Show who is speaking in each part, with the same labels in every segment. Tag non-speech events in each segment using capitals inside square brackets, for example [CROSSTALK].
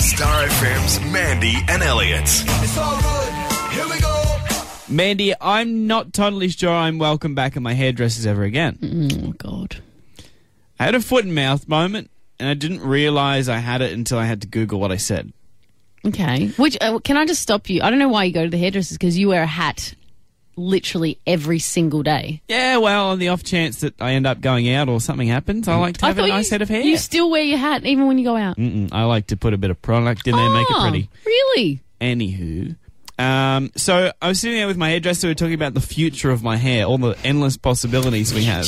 Speaker 1: Star FM's Mandy and Elliot.
Speaker 2: It's all good. Here we go.
Speaker 3: Mandy, I'm not totally sure I'm welcome back at my hairdresser's ever again.
Speaker 4: Oh, God.
Speaker 3: I had a foot and mouth moment, and I didn't realize I had it until I had to Google what I said.
Speaker 4: Okay. Which uh, Can I just stop you? I don't know why you go to the hairdressers because you wear a hat literally every single day.
Speaker 3: Yeah, well, on the off chance that I end up going out or something happens, I like to have a nice
Speaker 4: Hmm. you,
Speaker 3: head of hair.
Speaker 4: you still wear your hat even when you go out.
Speaker 3: Mm, I like to put a bit of product in there, make it
Speaker 4: Ah,
Speaker 3: pretty.
Speaker 4: Really?
Speaker 3: Anywho, um, so I was sitting there with my hairdresser. We were talking about the future of my hair, all the endless possibilities we have.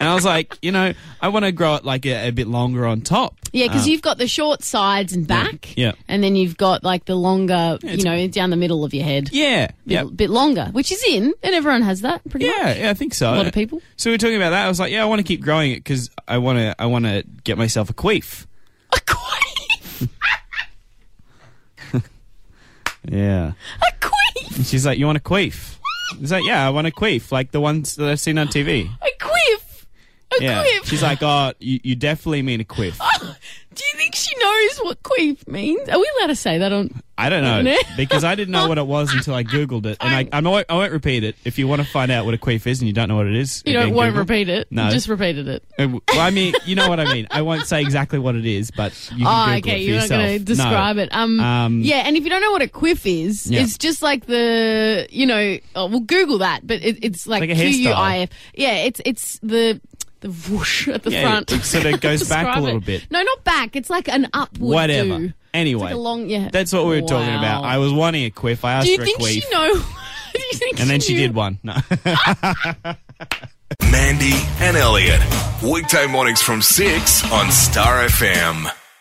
Speaker 3: And I was like, you know, I want to grow it like a, a bit longer on top.
Speaker 4: Yeah, because
Speaker 3: Um,
Speaker 4: you've got the short sides and back,
Speaker 3: yeah.
Speaker 4: and then you've got like the longer, you
Speaker 3: it's-
Speaker 4: know, down the middle of your head,
Speaker 3: Yeah, yeah.
Speaker 4: a bit longer, which is in, and everyone has that pretty much.
Speaker 3: Yeah, yeah, I think so.
Speaker 4: A lot of people.
Speaker 3: So we were talking about that. I was like, yeah, I want to keep growing it because I want to. I want to get myself a queef.
Speaker 4: A queef,
Speaker 3: Yeah.
Speaker 4: a queef,
Speaker 3: And she's like, you want a queef? I was like, yeah, I want a queef, like the ones that I've seen on TV.
Speaker 4: a quiff, a
Speaker 3: Yeah.
Speaker 4: quiff.
Speaker 3: She's like, oh, you, you definitely mean a quiff.
Speaker 4: [LAUGHS] Do you think she knows what quiff means? Are we allowed to say that on?
Speaker 3: I don't know
Speaker 4: No. [LAUGHS]
Speaker 3: because I didn't know what it was until I googled it, and I, I'm, I won't- I won't repeat it. If you want to find out what a queef is and you don't know what it is,
Speaker 4: You know,
Speaker 3: again,
Speaker 4: won't
Speaker 3: Google.
Speaker 4: repeat it.
Speaker 3: No.
Speaker 4: just repeated it.
Speaker 3: Uh, w- Well, I mean, you know what I mean. I won't say exactly what it is, but you can
Speaker 4: Oh,
Speaker 3: Google
Speaker 4: okay.
Speaker 3: it for
Speaker 4: You're not
Speaker 3: yourself.
Speaker 4: going to describe
Speaker 3: no.
Speaker 4: it. Um,
Speaker 3: Um,
Speaker 4: yeah, and if you don't know what a quiff is,
Speaker 3: Yeah.
Speaker 4: it's just like the you know, oh, well, Google that, but it, it's like,
Speaker 3: Like a
Speaker 4: Q U
Speaker 3: hairstyle.
Speaker 4: I F. Yeah, it's it's the the whoosh at the
Speaker 3: Yeah,
Speaker 4: front.
Speaker 3: it sort
Speaker 4: [LAUGHS]
Speaker 3: of goes back a
Speaker 4: Describe
Speaker 3: little
Speaker 4: it.
Speaker 3: bit.
Speaker 4: No, not back. It's like an upward.
Speaker 3: Whatever.
Speaker 4: do.
Speaker 3: Anyway,
Speaker 4: It's like a long. Yeah,
Speaker 3: That's what we were talking
Speaker 4: Wow.
Speaker 3: about. I was wanting a quiff. I asked
Speaker 4: Do you
Speaker 3: for a
Speaker 4: think
Speaker 3: queef,
Speaker 4: she know? [LAUGHS] do you think
Speaker 3: and then
Speaker 4: she,
Speaker 3: she
Speaker 4: knew?
Speaker 3: did one. [LAUGHS] No.
Speaker 1: Mandy and Elliot. Weekday mornings from 6 on Star FM.